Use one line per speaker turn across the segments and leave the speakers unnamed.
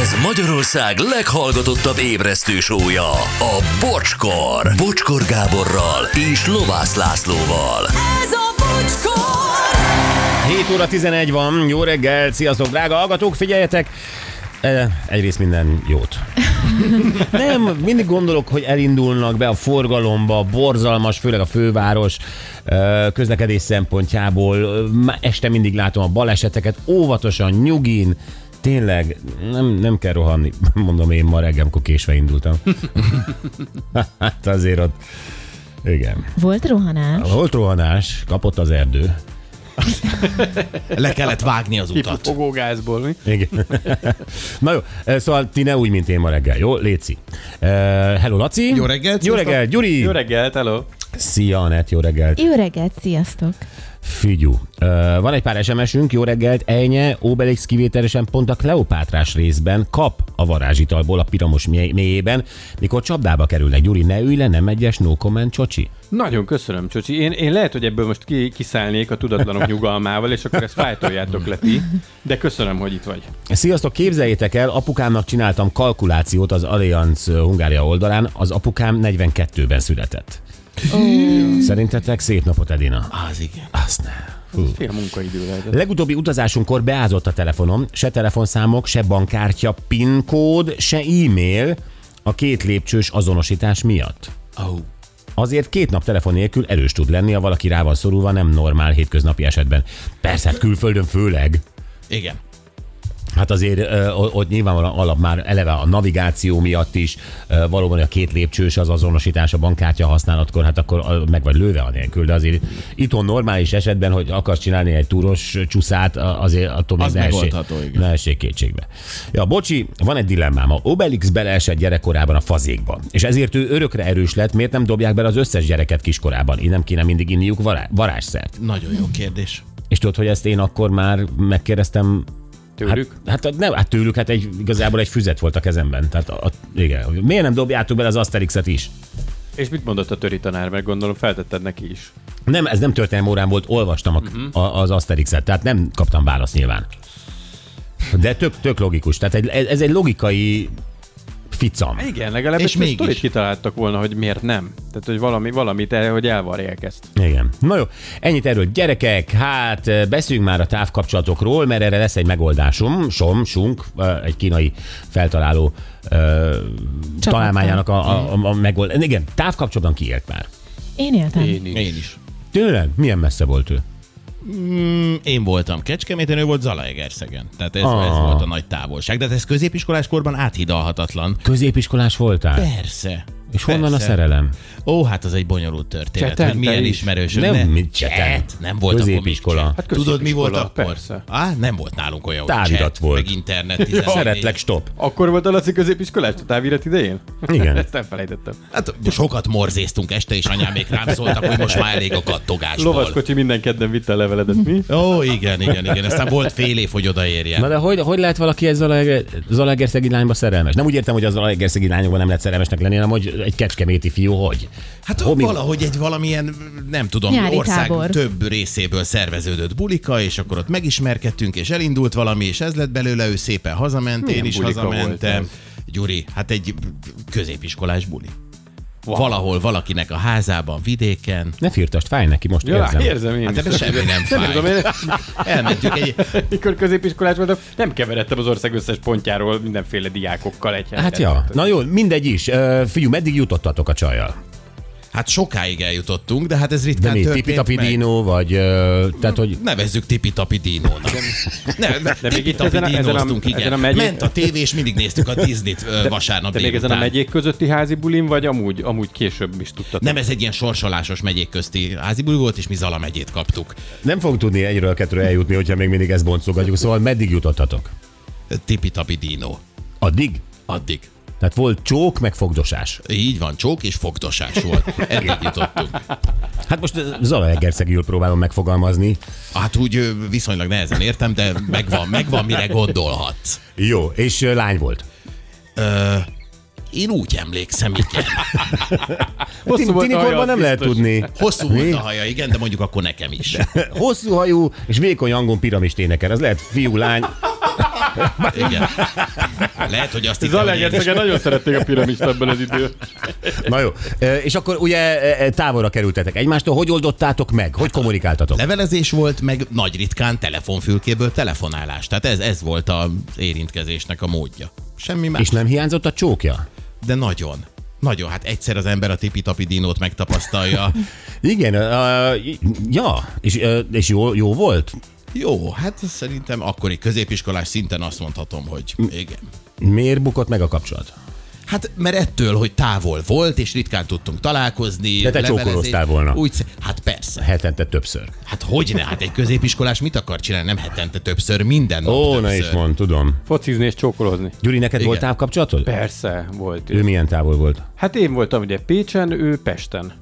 Ez Magyarország leghallgatottabb ébresztő sója, a Bocskor. Bocskor Gáborral és Lovász Lászlóval.
Ez a bocskor!
7 óra 11 van, jó reggel, sziasztok, drága hallgatók, figyeljetek! Eh, Egyrészt minden jót. Nem, mindig gondolok, hogy elindulnak be a forgalomba, borzalmas, főleg a főváros eh, közlekedés szempontjából. Má- Este mindig látom a baleseteket, óvatosan, nyugin, Tényleg, nem, nem kell rohanni. Mondom, én ma reggel, amikor késve indultam. hát azért ott, igen.
Volt rohanás?
Volt rohanás, kapott az erdő.
Le kellett vágni az utat.
Fogógázból, mi?
Igen. Na jó, eh, szóval ti ne úgy, mint én ma reggel, jó? Léci. Uh, hello, Laci.
Jó reggelt,
Jó
sziasztok.
reggel, Gyuri.
Jó reggelt, hello!
Szia, Anett, jó reggelt.
Jó reggelt, sziasztok!
Figyú. Uh, van egy pár SMS-ünk, jó reggelt, Ejnye, Obelix kivételesen pont a Kleopátrás részben kap a varázsitalból a piramos mély- mélyében, mikor csapdába kerülnek. Gyuri, ne ülj le, nem egyes, no comment, csocsi.
Nagyon köszönöm, Csocsi. Én, én lehet, hogy ebből most ki, kiszállnék a tudatlanok nyugalmával, és akkor ezt fájtoljátok le ti, de köszönöm, hogy itt vagy.
Sziasztok, képzeljétek el, apukámnak csináltam kalkulációt az Allianz Hungária oldalán, az apukám 42-ben született. Szerintetek szép napot, Edina?
Az igen.
Azt nem.
Fél munkaidő lehet.
Legutóbbi utazásunkkor beázott a telefonom, se telefonszámok, se bankkártya, PIN kód, se e-mail a két lépcsős azonosítás miatt.
Oh.
Azért két nap telefon nélkül erős tud lenni, ha valaki rá van szorulva, nem normál hétköznapi esetben. Persze, hát külföldön főleg.
Igen.
Hát azért ö, ott nyilvánvalóan alap már eleve a navigáció miatt is, ö, valóban a két lépcsős az azonosítás a bankkártya használatkor, hát akkor ö, meg vagy lőve anélkül, de azért itthon normális esetben, hogy akarsz csinálni egy túros csúszát, a- azért attól még
Az
ne essék,
megoldható, igen.
ne essék kétségbe. Ja, bocsi, van egy dilemmám. A Obelix beleesett gyerekkorában a fazékba, és ezért ő örökre erős lett, miért nem dobják bele az összes gyereket kiskorában? Így nem kéne mindig inniuk vará- varázsszert.
Nagyon jó kérdés.
És tudod, hogy ezt én akkor már megkérdeztem
Tőlük?
Hát, hát, nem, hát tőlük hát egy, igazából egy füzet volt a kezemben. Tehát a, a, igen. Miért nem dobjátok bele az Asterixet is?
És mit mondott a töri tanár, mert gondolom feltetted neki is.
Nem, ez nem történelmi órán volt, olvastam a,
Mhm.
uh-huh. a, az Asterixet, tehát nem kaptam választ nyilván. De tök, tök logikus, tehát egy, ez, ez egy logikai ficam.
Igen, legalább
És
és egy
mégis.
sztorit kitaláltak volna, hogy miért nem. Tehát, hogy valami, valamit el, hogy elvarják ezt.
Igen. Na jó, ennyit erről. Gyerekek, hát beszéljünk már a távkapcsolatokról, mert erre lesz egy megoldásom. Som, Sunk, ö, egy kínai feltaláló ö, találmányának a, a, a, a megoldás. Igen, távkapcsolatban kiért már.
Én éltem.
Én is.
Én is.
Tényleg? Milyen messze volt ő?
Mm, Én voltam Kecskeméten, ő volt Zalaegerszegen. Tehát ez,
Ah.
ez volt a nagy távolság. De hát ez középiskolás korban áthidalhatatlan.
Középiskolás voltál?
Persze.
És honnan
Persze.
a szerelem?
Ó, hát az egy bonyolult történet,
Cseten,
hogy milyen
te is.
ismerősök.
Nem,
ne-
mit cseten.
Cset, nem volt
Középiskola.
Akkor
Hát
hát Tudod, mi
középiskola,
volt akkor?
Persze.
Á, nem volt nálunk olyan, hogy
Távirat
chat,
volt.
meg internet. 14.
Szeretlek, stop.
Akkor volt a Laci középiskolás a távirat idején?
Igen.
Ezt elfelejtettem.
Hát sokat morzéztunk este, és anyám még rám szóltak, hogy most már elég a kattogásból.
Lovaskocsi minden kedden vitte a leveledet, mi?
Ó, igen, igen, igen. Aztán volt fél év, hogy
Na
odaérjen.
de hogy, hogy lehet valaki egy Zalaeger- Zalaegerszegi lányba szerelmes? Nem úgy értem, hogy az Zalaegerszegi lányokban nem lehet szerelmesnek lenni, hanem hogy egy kecskeméti fiú hogy?
Hát
Hol mi-
valahogy egy valamilyen, nem tudom,
Nyári
ország
tábor.
több részéből szerveződött bulika, és akkor ott megismerkedtünk, és elindult valami, és ez lett belőle, ő szépen hazament, én is
bulika volt
hazamentem.
ez?
Gyuri, hát egy középiskolás buli. Wow. Valahol valakinek a házában, vidéken.
Ne firtast, fáj neki, most
Ja,
érzem.
érzem, érzem én
Hát
is.
ebben semmi nem
Nem tudom,
fáj.
én
Elmentünk egy...
mikor középiskolás voltam, nem keveredtem az ország összes pontjáról mindenféle diákokkal egy
Hát ja, na jó, mindegy is. Ö, Figyú, meddig jutottatok a csajjal?
Hát sokáig eljutottunk, de hát ez
De
ritkán
mi,
történt
Tipi
meg.
Dino, vagy... ö, Tehát, hogy...
Nevezzük Tipi-Tapi Dinónak. Nem, nem
még itt
Tipi-Tapi
ezen a- ezen a-
Dinóztunk, igen.
ezen a megy-
Ment a tévé, és mindig néztük a Disney-t ö, vasárnap
De még ezen a megyék közötti házi bulin, vagy amúgy, amúgy később is tudtad?
Nem, ez egy ilyen sorsolásos megyék közti házibuli volt, és mi Zala megyét kaptuk.
Nem fogunk tudni egyről kettőre eljutni, hogyha még mindig ezt boncolgatjuk. Szóval meddig jutottatok?
Tipi-Tapi Dino.
Addig?
Addig.
Tehát volt csók, meg fogdosás.
Így van, csók és fogdosás volt. Eddig jutottunk.
Hát most ö, Zalaegerszegül próbálom megfogalmazni.
Hát úgy ö, viszonylag nehezen értem, de megvan, megvan, mire gondolhatsz.
Jó, és ö, lány volt.
Én úgy emlékszem, igen.
Hosszú
Tini,
volt
tini
a haja,
korban nem
az
lehet
biztos.
tudni.
Hosszú volt a haja, igen, de mondjuk akkor nekem is.
Hosszú hajú és vékony hangon piramist énekel. Ez lehet fiú, lány.
Igen. Lehet, hogy azt hittem, hogy én is-
Zalaegerszegen nagyon szerették a piramist ebben az idő.
Na jó. Ö, És akkor ugye e, e, távolra kerültetek egymástól. Hogy oldottátok meg? Hogy kommunikáltatok?
Levelezés volt, meg nagy ritkán telefonfülkéből telefonálás. Tehát ez, ez volt az érintkezésnek a módja. Semmi más.
És nem hiányzott a csókja?
De nagyon. Nagyon, hát egyszer az ember a tipi-tapi dinót megtapasztalja.
Igen, ö, ja, és, ö, és jó, jó volt?
Jó, hát szerintem akkori középiskolás szinten azt mondhatom, hogy igen.
Miért bukott meg a kapcsolat?
Hát mert ettől, hogy távol volt, és ritkán tudtunk találkozni.
De te
levelezés-
csókolóztál volna.
Úgy, sz- hát persze.
Hetente többször.
Hát hogy ne? Hát egy középiskolás mit akar csinálni? Nem hetente többször, minden nap
Ó,
többször.
ne is mond, tudom.
Focizni és csókolózni.
Gyuri, neked
Igen.
volt távkapcsolatod?
Persze, volt.
Ő milyen távol volt?
Hát én voltam ugye Pécsen, ő Pesten.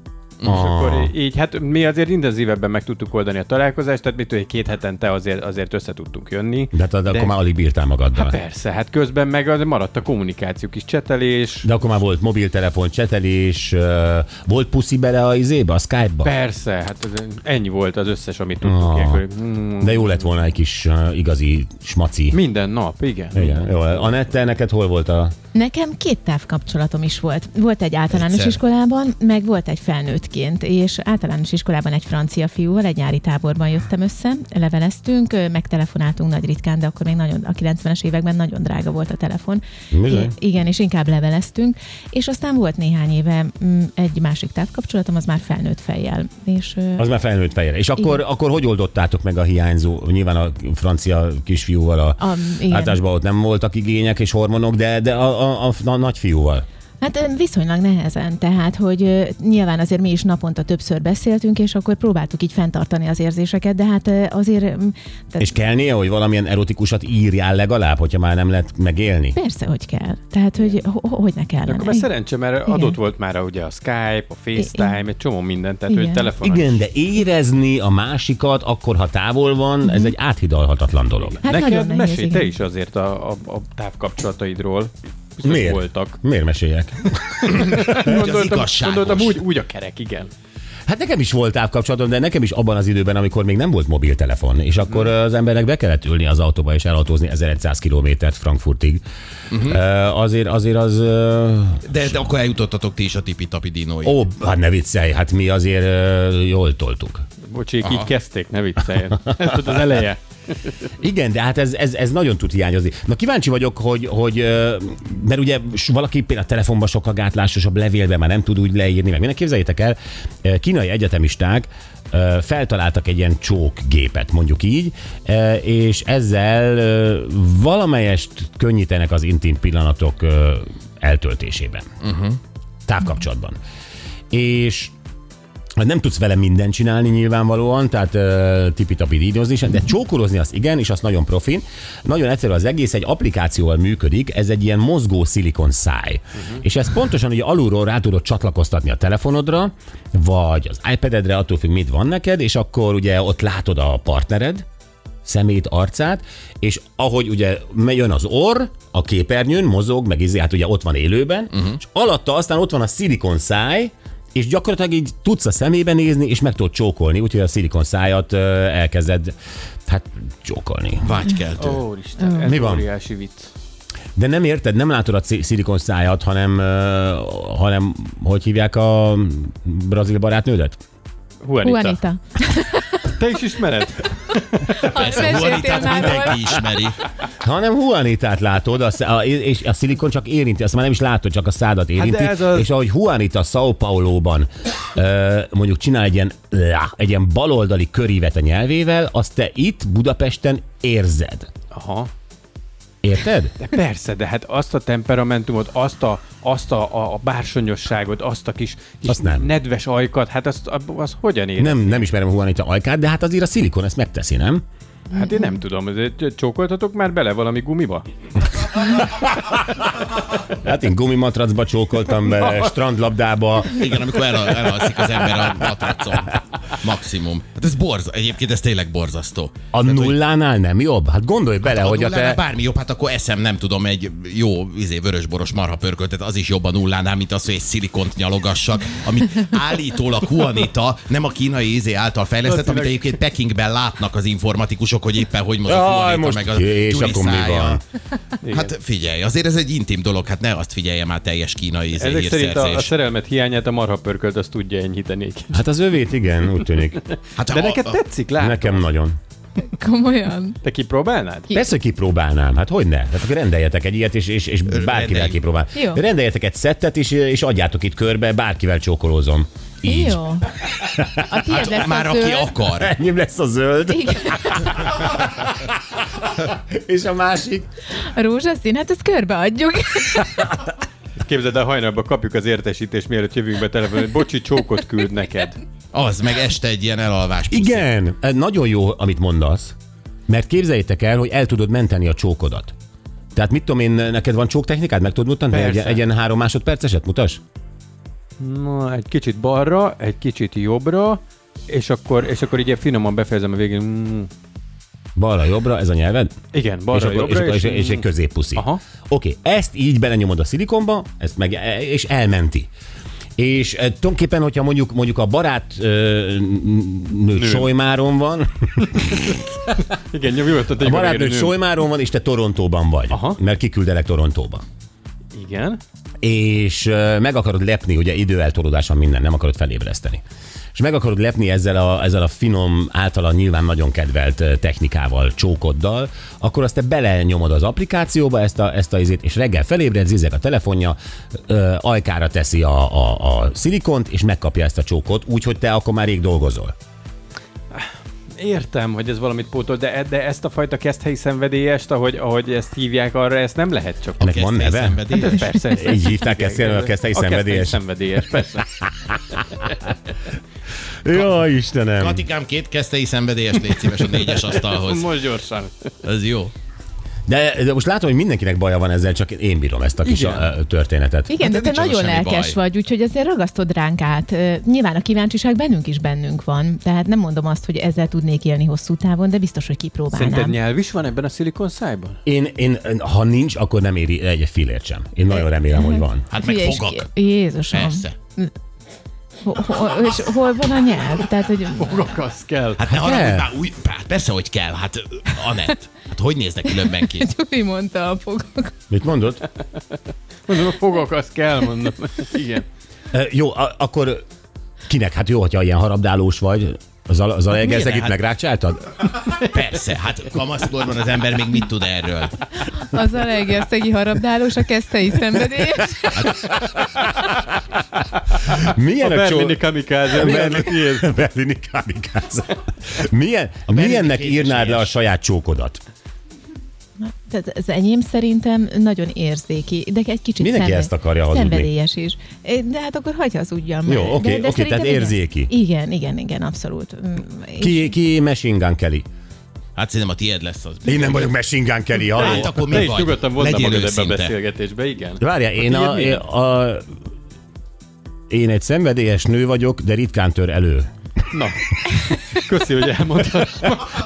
És akkor í- így, hát mi azért intenzívebben meg tudtuk oldani a találkozást, tehát mit egy két hetente azért, azért össze tudtunk jönni.
hát, De, de, de akkor már alig bírtál magaddal.
Hát persze, hát közben meg az maradt a kommunikáció, kis csetelés.
de akkor már volt mobiltelefon, csetelés, ö, volt puszi bele a izébe, a Skype-ba?
Persze, hát ez, ennyi volt az összes, amit
Ah.
tudtuk. Ilyenkor, hmm,
De jó lett volna egy kis ö, igazi smaci.
minden nap, igen.
Igen, jó. Anette, neked hol volt a...
Nekem két távkapcsolatom is volt. Volt egy általános
Egyszer.
Egyszer. iskolában, meg volt egy felnőttként, és általános iskolában egy francia fiúval egy nyári táborban jöttem össze, leveleztünk, ö, megtelefonáltunk nagy ritkán, de akkor még nagyon, a 90-es években nagyon drága volt a telefon.
Bizony.
I- igen, és inkább leveleztünk, és aztán volt néhány éve mm, egy másik távkapcsolatom, az már felnőtt fejjel, és ö,
Az már felnőtt fejjel. És akkor, akkor hogy oldottátok meg a hiányzó, nyilván a francia kisfiúval a,
A- igen.
általásban ott nem voltak igények és hormonok, de, de a, a, a, a nagyfiúval.
Hát ö, viszonylag nehezen, tehát, hogy ö, nyilván azért mi is naponta többször beszéltünk, és akkor próbáltuk így fenntartani az érzéseket, de hát ö, azért... ö, Tehát
És kellnie, hogy valamilyen erotikusat írjál legalább, hogyha már nem lehet megélni?
Persze, hogy kell. Tehát, hogy ho- ho- hogy ne kellene.
Akkor már
Igen.
szerencse, mert
Igen.
adott volt már a- ugye a Skype, a FaceTime, egy csomó minden, tehát
Igen.
hogy telefonon
Igen, de érezni a másikat akkor, ha távol van, ez egy áthidalhatatlan dolog.
Hát nagyon
Neked
nehéz,
mesélj
igen.
te is azért a, a, a távkapcsolataidról. Biztos
Miért?
voltak.
Miért meséljek?
Gondoltam,
igazságos.
gondoltam úgy, úgy a kerek, igen.
Hát nekem is volt távkapcsolatom, de nekem is abban az időben, amikor még nem volt mobiltelefon, és akkor az embernek be kellett ülni az autóba és elautózni 1100 kilométert Frankfurtig. Uh-huh. Azért, azért az... ö,
De, de akkor eljutottatok ti is a tipi-tapi dinóig.
Ó, hát ne viccelj, hát mi azért ö, jól toltuk.
Bocsék, így kezdték, ne vicceljen. Ez volt az eleje.
Igen, de hát ez, ez, ez nagyon tud hiányozni. Na kíváncsi vagyok, hogy, hogy ö, mert ugye s- valaki például a telefonban sokkal gátlásosabb, levélben már nem tud úgy leírni, meg minden képzeljétek el, ö, kínai egyetemisták ö, feltaláltak egy ilyen csókgépet, mondjuk így, ö, és ezzel ö, valamelyest könnyítenek az intim pillanatok ö, eltöltésében. Uh-huh. Távkapcsolatban. És Hát nem tudsz vele mindent csinálni nyilvánvalóan, tehát uh, tipi-tapi dídózni sem, de csókolozni azt igen, és azt nagyon profin. Nagyon egyszerű az egész, egy applikációval működik, ez egy ilyen mozgó szilikon száj. Uh-huh. És ezt pontosan ugye alulról rá tudod csatlakoztatni a telefonodra, vagy az iPad-edre, attól függ, mit van neked, és akkor ugye ott látod a partnered, szemét, arcát, és ahogy ugye jön az orr, a képernyőn mozog, meg izé, hát ugye ott van élőben, uh-huh. és alatta aztán ott van a szilikon száj, és gyakorlatilag így tudsz a szemébe nézni, és meg tudod csókolni, úgyhogy a szilikon szájat ö, elkezded hát csókolni.
Vágykeltő.
Ó, Isten, ez
Mi van?
óriási vicc.
De nem érted, nem látod a ci- szilikon szájat, hanem, ö, hanem hogy hívják a brazil barátnődet?
Juanita.
Juanita.
Te is ismered?
Persze, Juanitát Szóval hát, mindenki ismeri.
Hanem Juanitát látod, a, sz- a, és a szilikon csak érinti, azt már nem is látod, csak a szádat érinti. Hát
ez az-
És ahogy Juanita São Paulo-ban ö, mondjuk csinál egy ilyen, lá, egy ilyen baloldali körívet a nyelvével, azt te itt Budapesten érzed.
Aha.
Érted?
De persze, de hát azt a temperamentumot, azt a, azt a, a, a bársonyosságot, azt a kis, kis
Azt nem.
nedves ajkat, hát azt, ab- az hogyan ér?
Nem, nem ismerem Juanita ajkát, de hát azért a szilikon ezt megteszi, nem?
Hát én nem tudom, ezért csókoltatok már bele valami gumiba?
Hát én gumimatracba csókoltam be, strandlabdába.
Igen, amikor el, elalszik az ember a matracon. Maximum. Hát ez borz, egyébként ez tényleg borzasztó.
A nullánál nem jobb? Hát gondolj bele, hogy a
nullánál
te...
Bármi jobb, hát akkor eszem, nem tudom, egy jó izé, vörösboros marha pörköltet, az is jobb a nullánál, mint az, hogy egy szilikont nyalogassak, amit állítólag Huanita, nem a kínai izé által fejlesztett, amit egyébként Pekingben látnak az informatikusok, hogy éppen hogy mozog
Jaj,
Huanita,
most
meg a
ki, és
gyuri
akkor mi van?
szája. Hát figyelj, azért ez egy intim dolog, hát ne azt figyelje már teljes kínai izé,
Ezek szerint a, a
hírszerzés.
szerelmet hiányát a marha pörkölt azt tudja enyhíteni. egy kicsit.
Hát az övét igen, úgy tűnik.
Hát,
De
a-
neked
a-
tetszik, lát?
Nekem nagyon.
Komolyan.
Te kipróbálnád?
Ki-
Persze, hogy kipróbálnám, hát hogy ne? Tehát akkor rendeljetek egy ilyet, és, és, és bárkivel
rendeljük.
kipróbál.
Jó.
Rendeljetek egy szettet, és, és adjátok itt körbe, bárkivel csókolózom. Így.
Jó. A tiéd lesz
Már
a
aki
zöld.
akar.
Ennyi lesz a zöld,
Igen,
és a másik.
a rózsaszín, hát ezt körbeadjuk.
Képzeld el, hajnalban kapjuk az értesítést, mielőtt jövünk be telefonon, hogy bocsi, csókot küld neked.
Az, meg este egy ilyen elalvás. puszi.
Igen, eh, nagyon jó, amit mondasz, mert képzeljétek el, hogy el tudod menteni a csókodat. Tehát mit tudom én, neked van csóktechnikád, meg tudod mutatni? Egy,
Persze.
egy ilyen három másodperceset mutas?
Na, egy kicsit balra, egy kicsit jobbra, és akkor, és akkor így finoman befejezem a végén. Mm,
Balra, jobbra, ez a nyelved?
igen, balra,
és, akkor,
jobbra.
és, akkor, és, és egy középpuszi.
Aha.
Oké, ezt így belenyomod a szilikonba, ezt meg, e- és elmenti. És eh, tulajdonképpen, hogyha mondjuk, mondjuk a barát ö, nőt Solymáron van,
igen, nyom, nyugodtan
a
tegyük
barátnőd
végén,
Solymáron van, és te Torontóban vagy,
Aha.
mert kiküldelek Torontóba.
nyom. Igen.
és ö, meg akarod lepni, ugye időeltolódáson minden, nem akarod felébreszteni. És meg akarod lepni ezzel a, ezzel a finom, általa nyilván nagyon kedvelt ö, technikával, csókoddal, akkor azt te belenyomod az applikációba ezt a, ezt a izét, és reggel felébred, zizek a telefonja, ö, ajkára teszi a, a, a szilikont, és megkapja ezt a csókot, úgyhogy te akkor már rég dolgozol.
Értem, hogy ez valamit pótol, de, de ezt a fajta keszthelyi szenvedélyest, ahogy, ahogy ezt hívják arra, ezt nem lehet csak.
Ennek van
Kezdte
neve? Hát
szenvedélyes.
Persze. ezt-
Így hívták ezt jelenleg a keszthelyi szenvedélyes?
szenvedélyes, persze.
Ja, Istenem!
Katikám, két kesztei szenvedélyes, légy szíves a négyes asztalhoz.
Most gyorsan.
Ez jó.
De, de most látom, hogy mindenkinek baja van ezzel, csak én bírom ezt a kis
Igen.
a, történetet.
Igen,
Hát
de
ez
te
nincs
nagyon
abban semmi
lelkes
baj.
vagy, úgyhogy azért ragasztod ránk át. Ö, Nyilván a kíváncsiság bennünk is bennünk van, tehát nem mondom azt, hogy ezzel tudnék élni hosszú távon, de biztos, hogy
Szerinted
kipróbálnám.
nyelv is van ebben a szilikon szájban?
Én, én, ha nincs, akkor nem éri egy fillért sem. Én nagyon remélem, hogy van.
Hát meg
Figyelj, és-
fogak.
Jézusom.
Persze. Hát
Ho- ho- és hol van a nyelv? Tehát, hogy
Rakasz kell.
Hát ne
kell.
haragudj, már új, hát persze, hogy kell. Hát ö, Anett. Hát hogy néz neki különben ki?
Gyuri mondta a fogok.
Mit mondod?
Mondom, a fogok, az kell, mondom. Igen.
E, jó, a, akkor kinek? Hát jó, hogyha ilyen harabdálós vagy, az, al- az alajegerszegit
miért ne?
hát, megrákcsáltad?
Persze, hát kamaszkorban az ember még mit tud erről?
Az a legerszegi harabdálós, a kesztei szenvedélyes.
Milyen
A
a,
Berlini
csó-
kamikáze.
Berlini- Berlini kamikáze. Milyen, milyennek
kétes
írnád le a
éles.
saját csókodat?
Tehát az enyém szerintem nagyon érzéki, de egy kicsit
Mindenki ezt akarja hazudni.
szenvedélyes is. É, De hát akkor hagyj hazudjam már.
Jó, oké,
de, de
oké, tehát
szerintem igen.
érzéki.
Igen, igen, igen, abszolút. Mm, és-
Ki, ki Machine Gun Kelly?
Hát szerintem a tiéd lesz az.
Én nem vagyok Machine Gun Kelly,
Hát
halló.
akkor mi
Te is
vagy?
nyugodtan vonna
Legyél
magad ebbe a
őszinte.
beszélgetésbe, igen.
Várjál, én
Hát
a,
ilyen
a, a, én egy szenvedélyes nő vagyok, de ritkán tör elő.
Na, köszi, hogy elmondtad.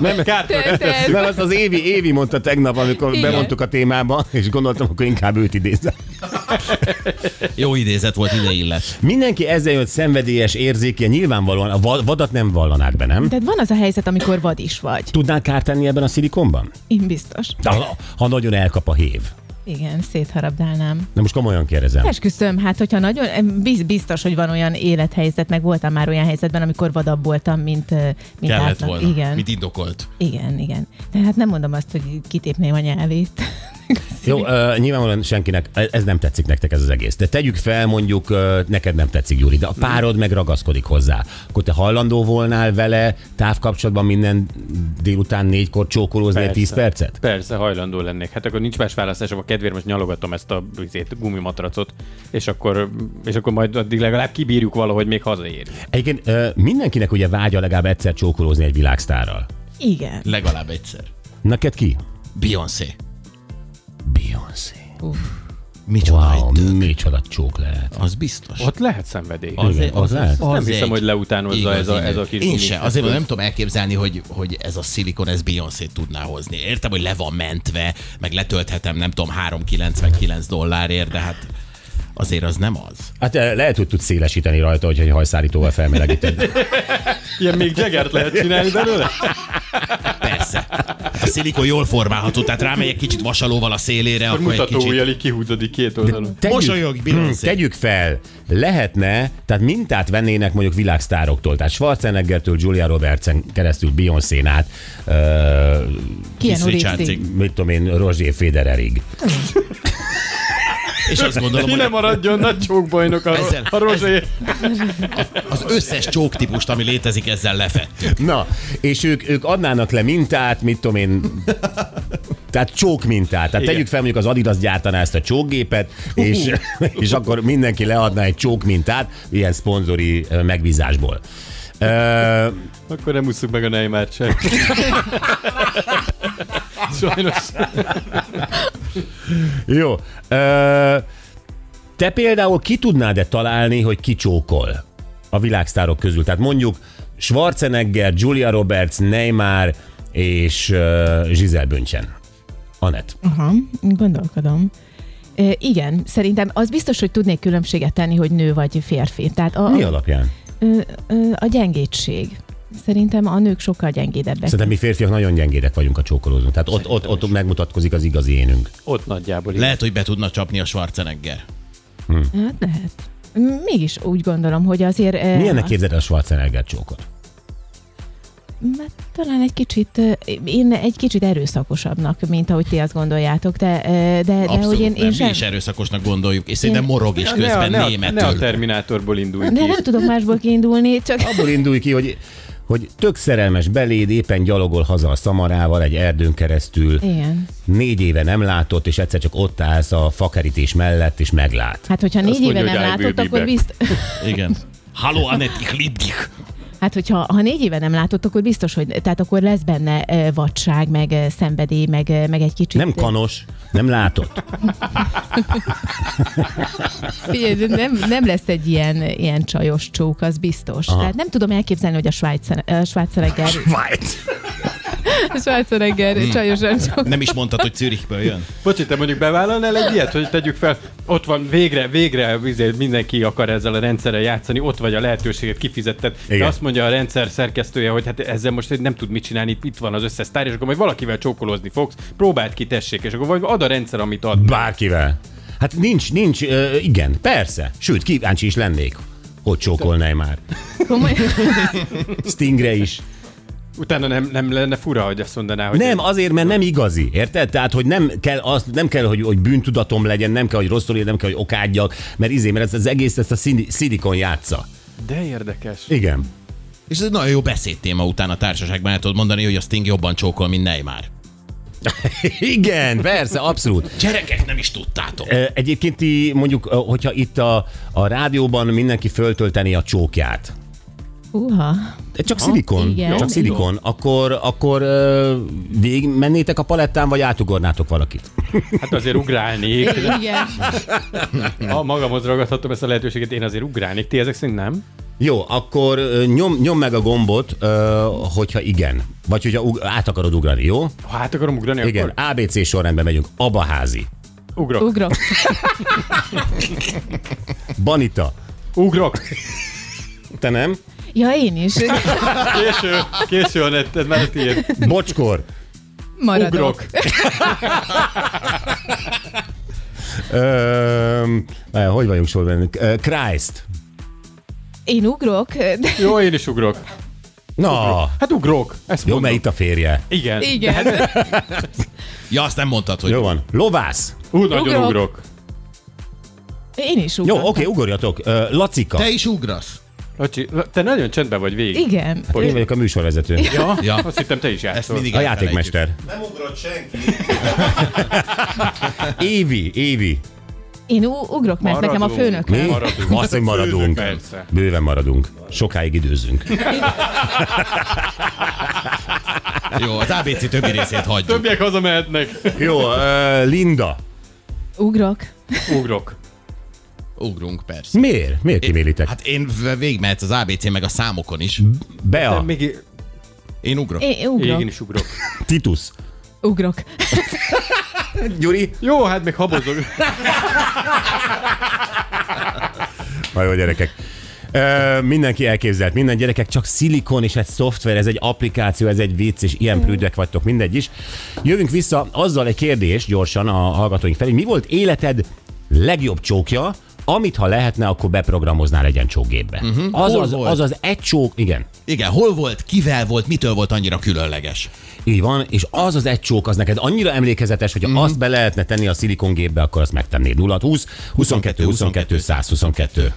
Nem, kárt
Te- te-
megtesszük.
Nem, az az Évi, Évi mondta tegnap, amikor
Igen.
bemondtuk a témába, és gondoltam, akkor inkább őt idézem.
Jó idézet volt, ide illet.
Mindenki ezzel jött szenvedélyes érzéke, nyilvánvalóan a va- vadat nem vallanád be, nem?
Tehát van az a helyzet, amikor vad is vagy.
Tudnál kárt tenni ebben a szilikonban?
Én biztos.
De ha, ha nagyon elkap a hév.
Igen, szétharabdálnám.
Na most komolyan kérdezem.
Esküszöm, hát hogyha nagyon, biz- biztos, hogy van olyan élethelyzet, meg voltam már olyan helyzetben, amikor vadabb voltam, mint, ö, mint
Kellett
átlag.
volna.
Igen,
Mit indokolt?
igen, igen. Tehát nem mondom azt, hogy kitépném a nyelvét.
Jó, uh, nyilvánvalóan senkinek, e, ez nem tetszik nektek ez az egész. De tegyük fel, mondjuk uh, neked nem tetszik, Gyuri, de a párod meg ragaszkodik hozzá. Akkor te hajlandó volnál vele távkapcsolatban minden délután négykor csókolózni egy
Persze.
10 percet?
Persze, hajlandó lennék. Hát akkor nincs más választásom, a kedvéért most nyalogatom ezt a izét, gumimatracot, és akkor, és akkor majd addig legalább kibírjuk valahogy még hazaér.
Egyébként ö, mindenkinek ugye vágya legalább egyszer csókolózni egy világsztárral.
Igen.
Legalább egyszer.
Neked ki?
Beyoncé.
Beyoncé. szép.
Micsoda
Wow,
wow.
micsoda csók lehet.
Az biztos.
Ott lehet szenvedély.
Az, az, az lehet?
Nem
az
hiszem,
egy
hogy leutánozza
igazi
ez a-
nő.
ez a kis
Én
gumi.
se, azért mondom, nem tudom elképzelni, hogy, hogy ez a szilikon, ez beyoncé tudná hozni. Értem, hogy le van mentve, meg letölthetem, nem tudom, 3,99 dollárért, de hát azért az nem az.
Hát eh, lehet, hogy tudsz szélesíteni rajta, hogyha egy hajszárítóval felmelegíted.
Ilyen még Jaggert lehet csinálni belőle?
Hát, Persze. Hát a szilikon jól formálható, tehát rámegy egy kicsit vasalóval a szélére, akkor,
Akkor
akkor egy
mutató
kicsit... Hmm,
ujjali kihúzódik két oldalon.
Mosolyog, Beyoncé.
tegyük fel, lehetne, tehát mintát vennének mondjuk világsztároktól, tehát Schwarzeneggertől, Julia Robertsen keresztül, Beyoncé-n át, ö,
Kienu
Richardsig.
Reeves-ig.
mit tudom én, Roger Federerig.
És azt gondolom,
Ki
hogy
nem maradjon nagy csókbajnok a,
Ezzel-
a rozsé.
az összes csóktípust, ami létezik, ezzel lefettük.
Na, és ők, ők adnának le mintát, mit tudom én, tehát csók mintát. Tehát tegyük fel, mondjuk az Adidas gyártaná ezt a csókgépet, és, és akkor mindenki leadna egy csók mintát, ilyen szponzori ö, megbízásból. Ö,
Akkor nem úszunk meg a Neymart sem. Sajnos.
jó. Ö, te például ki tudnád-e találni, hogy ki csókol a világsztárok közül? Tehát mondjuk Schwarzenegger, Julia Roberts, Neymar és uh, Giselle Bündchen. Anett.
Aha, gondolkodom. Ö, igen, szerintem az biztos, hogy tudnék különbséget tenni, hogy nő vagy férfi. Tehát a,
Mi alapján?
ö, ö, a gyengétség. Szerintem a nők sokkal gyengédebbek.
Szerintem mi férfiak nagyon gyengédek vagyunk a csókolózón. Tehát ott, ott, ott megmutatkozik az igazi énünk.
Ott nagyjából. igen.
Lehet, hogy be tudna csapni a Schwarzenegger.
Hát lehet. Mégis úgy gondolom, hogy azért... eh, ö,
Milyennek képzeld el a Schwarzenegger csókot?
Mert talán egy kicsit, ö, én egy kicsit erőszakosabbnak, mint ahogy ti azt gondoljátok, de, ö, de, de
Abszolút
hogy én,
nem.
én
Mi is erőszakosnak gondoljuk, és szerintem
Én-
morog is
Ne a,
közben
ne, a, ne a
németül.
Terminátorból indulj
de
ki.
nem tudok másból kiindulni, csak
Abból indulj ki, hogy hogy tök szerelmes beléd, éppen gyalogol haza a szamarával egy erdőn keresztül,
igen.
négy éve nem látott, és egyszer csak ott állsz a fakerítés mellett, és meglát.
Hát, hogyha négy éve
mondja,
nem
hogy I
látott,
will be
akkor
back.
bizt...
Igen. Halló, Anett, ich lieb dich.
Hát, hogyha ha négy éve nem látott, akkor biztos, hogy tehát akkor lesz benne ö, vadság, meg ö, szenvedély, meg, ö, meg egy kicsit... eh,
Nem kanos, nem látott.
Figyelj, de nem, nem lesz egy ilyen, ilyen csajos csók, az biztos. Aha. Tehát nem tudom elképzelni, hogy a Schweizeregger... Schweizeregger csajosan csók.
Nem is mondtad, hogy Zürichből jön.
Bocsi, te mondjuk bevállalnál egy ilyet, hogy tegyük fel, ott van végre, végre izé, mindenki akar ezzel a rendszerrel játszani, ott vagy a lehetőséget kifizetted.
Igen.
De azt mondja a rendszer szerkesztője, hogy hát ezzel most nem tud mit csinálni, itt- itt van az összes sztár, és akkor majd valakivel csókolózni fogsz, próbáld ki, tessék, és akkor vagy ad a rendszer, amit ad.
Bárkivel. Hát nincs, nincs, ö, igen, persze. Sőt, kíváncsi is lennék, hogy csókolnál már.
Komolyan.
Stingre is.
Utána nem, nem lenne fura, hogy azt mondaná, hogy
Nem, azért, mert nem igazi, érted? Tehát, hogy nem kell, az, nem kell hogy, hogy bűntudatom legyen, nem kell, hogy rosszul ér, nem kell, hogy okádjak, mert izé, mert ez az egész ezt a szini- szilikon játsza.
de érdekes.
Igen.
És ez egy nagyon jó beszédtéma után a társaságban el tudod mondani, hogy a Sting jobban csókol, mint Neymar.
Igen, persze, abszolút.
Gyerekek, nem is tudtátok.
Ö, Egyébként ti mondjuk, ö, hogyha itt a, a rádióban mindenki föltölteni a csókját,
Uha.
de csak szilikon,
igen.
csak szilikon, akkor, akkor ö, végig mennétek a palettán, vagy átugornátok valakit?
Hát azért ugrálnék.
Igen.
Ha magamhoz ragadhatom ezt a lehetőséget, én azért ugrálnék. Ti ezek szerint nem?
Jó, akkor ö, nyom, nyom meg a gombot, ö, hogyha igen. Vagy hogyha ug- át akarod ugrani, jó?
Ha hát akarom ugrani,
Igen,
akkor
ABC sorrendben megyünk. Abaházi,
ugrok.
Ugrok.
Banita.
ugrok.
Te nem?
Ja, én is.
Késő, késő a net, ez már a tiéd.
Bocskor.
Maradok.
Ugrok.
Öm, eh, hogy vagyunk sorban? Ö, Christ.
Én ugrok, de
Jó, én is ugrok.
Na,
Hát ugrok. Ezt
jó,
mondom.
mert itt a férje.
Igen. Hát,
igen.
Ja, azt nem mondtad, hogy
Jó van. Lovász.
Ú, nagyon
Ugrok.
ugrok. ugrok.
Én is
Jó,
ugrok.
oké, okay, ugorjatok. Ö, Lacika.
te is ugrasz.
Lacsi, la- te nagyon csendben vagy végig.
Igen.
Én vagyok a műsorvezető.
Ja?
Ja.
ja? Azt hittem te is
Ezt
játszol.
mindig
A
elfelejtjük.
játékmester.
Nem ugrott senki.
Évi, Évi.
Én u- ugrok, mert nekem a
Maradunk.
főnököm.
Maradunk.
Azt, hogy maradunk.
Persze.
Bőven maradunk. Sokáig időzünk.
Jó, az ABC többi részét hagyjuk.
Többiek hazamehetnek.
Jó, ö, eh, Linda.
Ugrok.
Ugrok.
Ugrunk, persze.
Miért? Miért kimélitek? Hát,
Hát én v- végigmehet az ABC meg a számokon is.
Hm.
De
Bea,
még é-
Én ugrok.
É, én ugrok.
én is ugrok.
Titus.
Ugrok.
Gyuri.
Jó, hát még habozok.
Na jó, gyerekek. Ö, mindenki elképzelt, minden gyerekek, csak szilikon és egy szoftver, ez egy applikáció, ez egy vicc, és ilyen prűdek vagytok, mindegy is. Jövünk vissza azzal egy kérdés gyorsan a hallgatóink felé. Mi volt életed legjobb csókja, amit ha lehetne, akkor beprogramoznál egy ilyen csókgépbe? Uh-huh. Az,
Mhm. Hol
az,
volt?
az az egy csók, igen,
Igen, hol volt, kivel volt, mitől volt annyira különleges?
így van, és az az egy csók, az neked annyira emlékezetes, hogy
Mhm.
uh-huh. azt be lehetne tenni a szilikongépbe, akkor azt megtennéd. 0 20 22 22 122.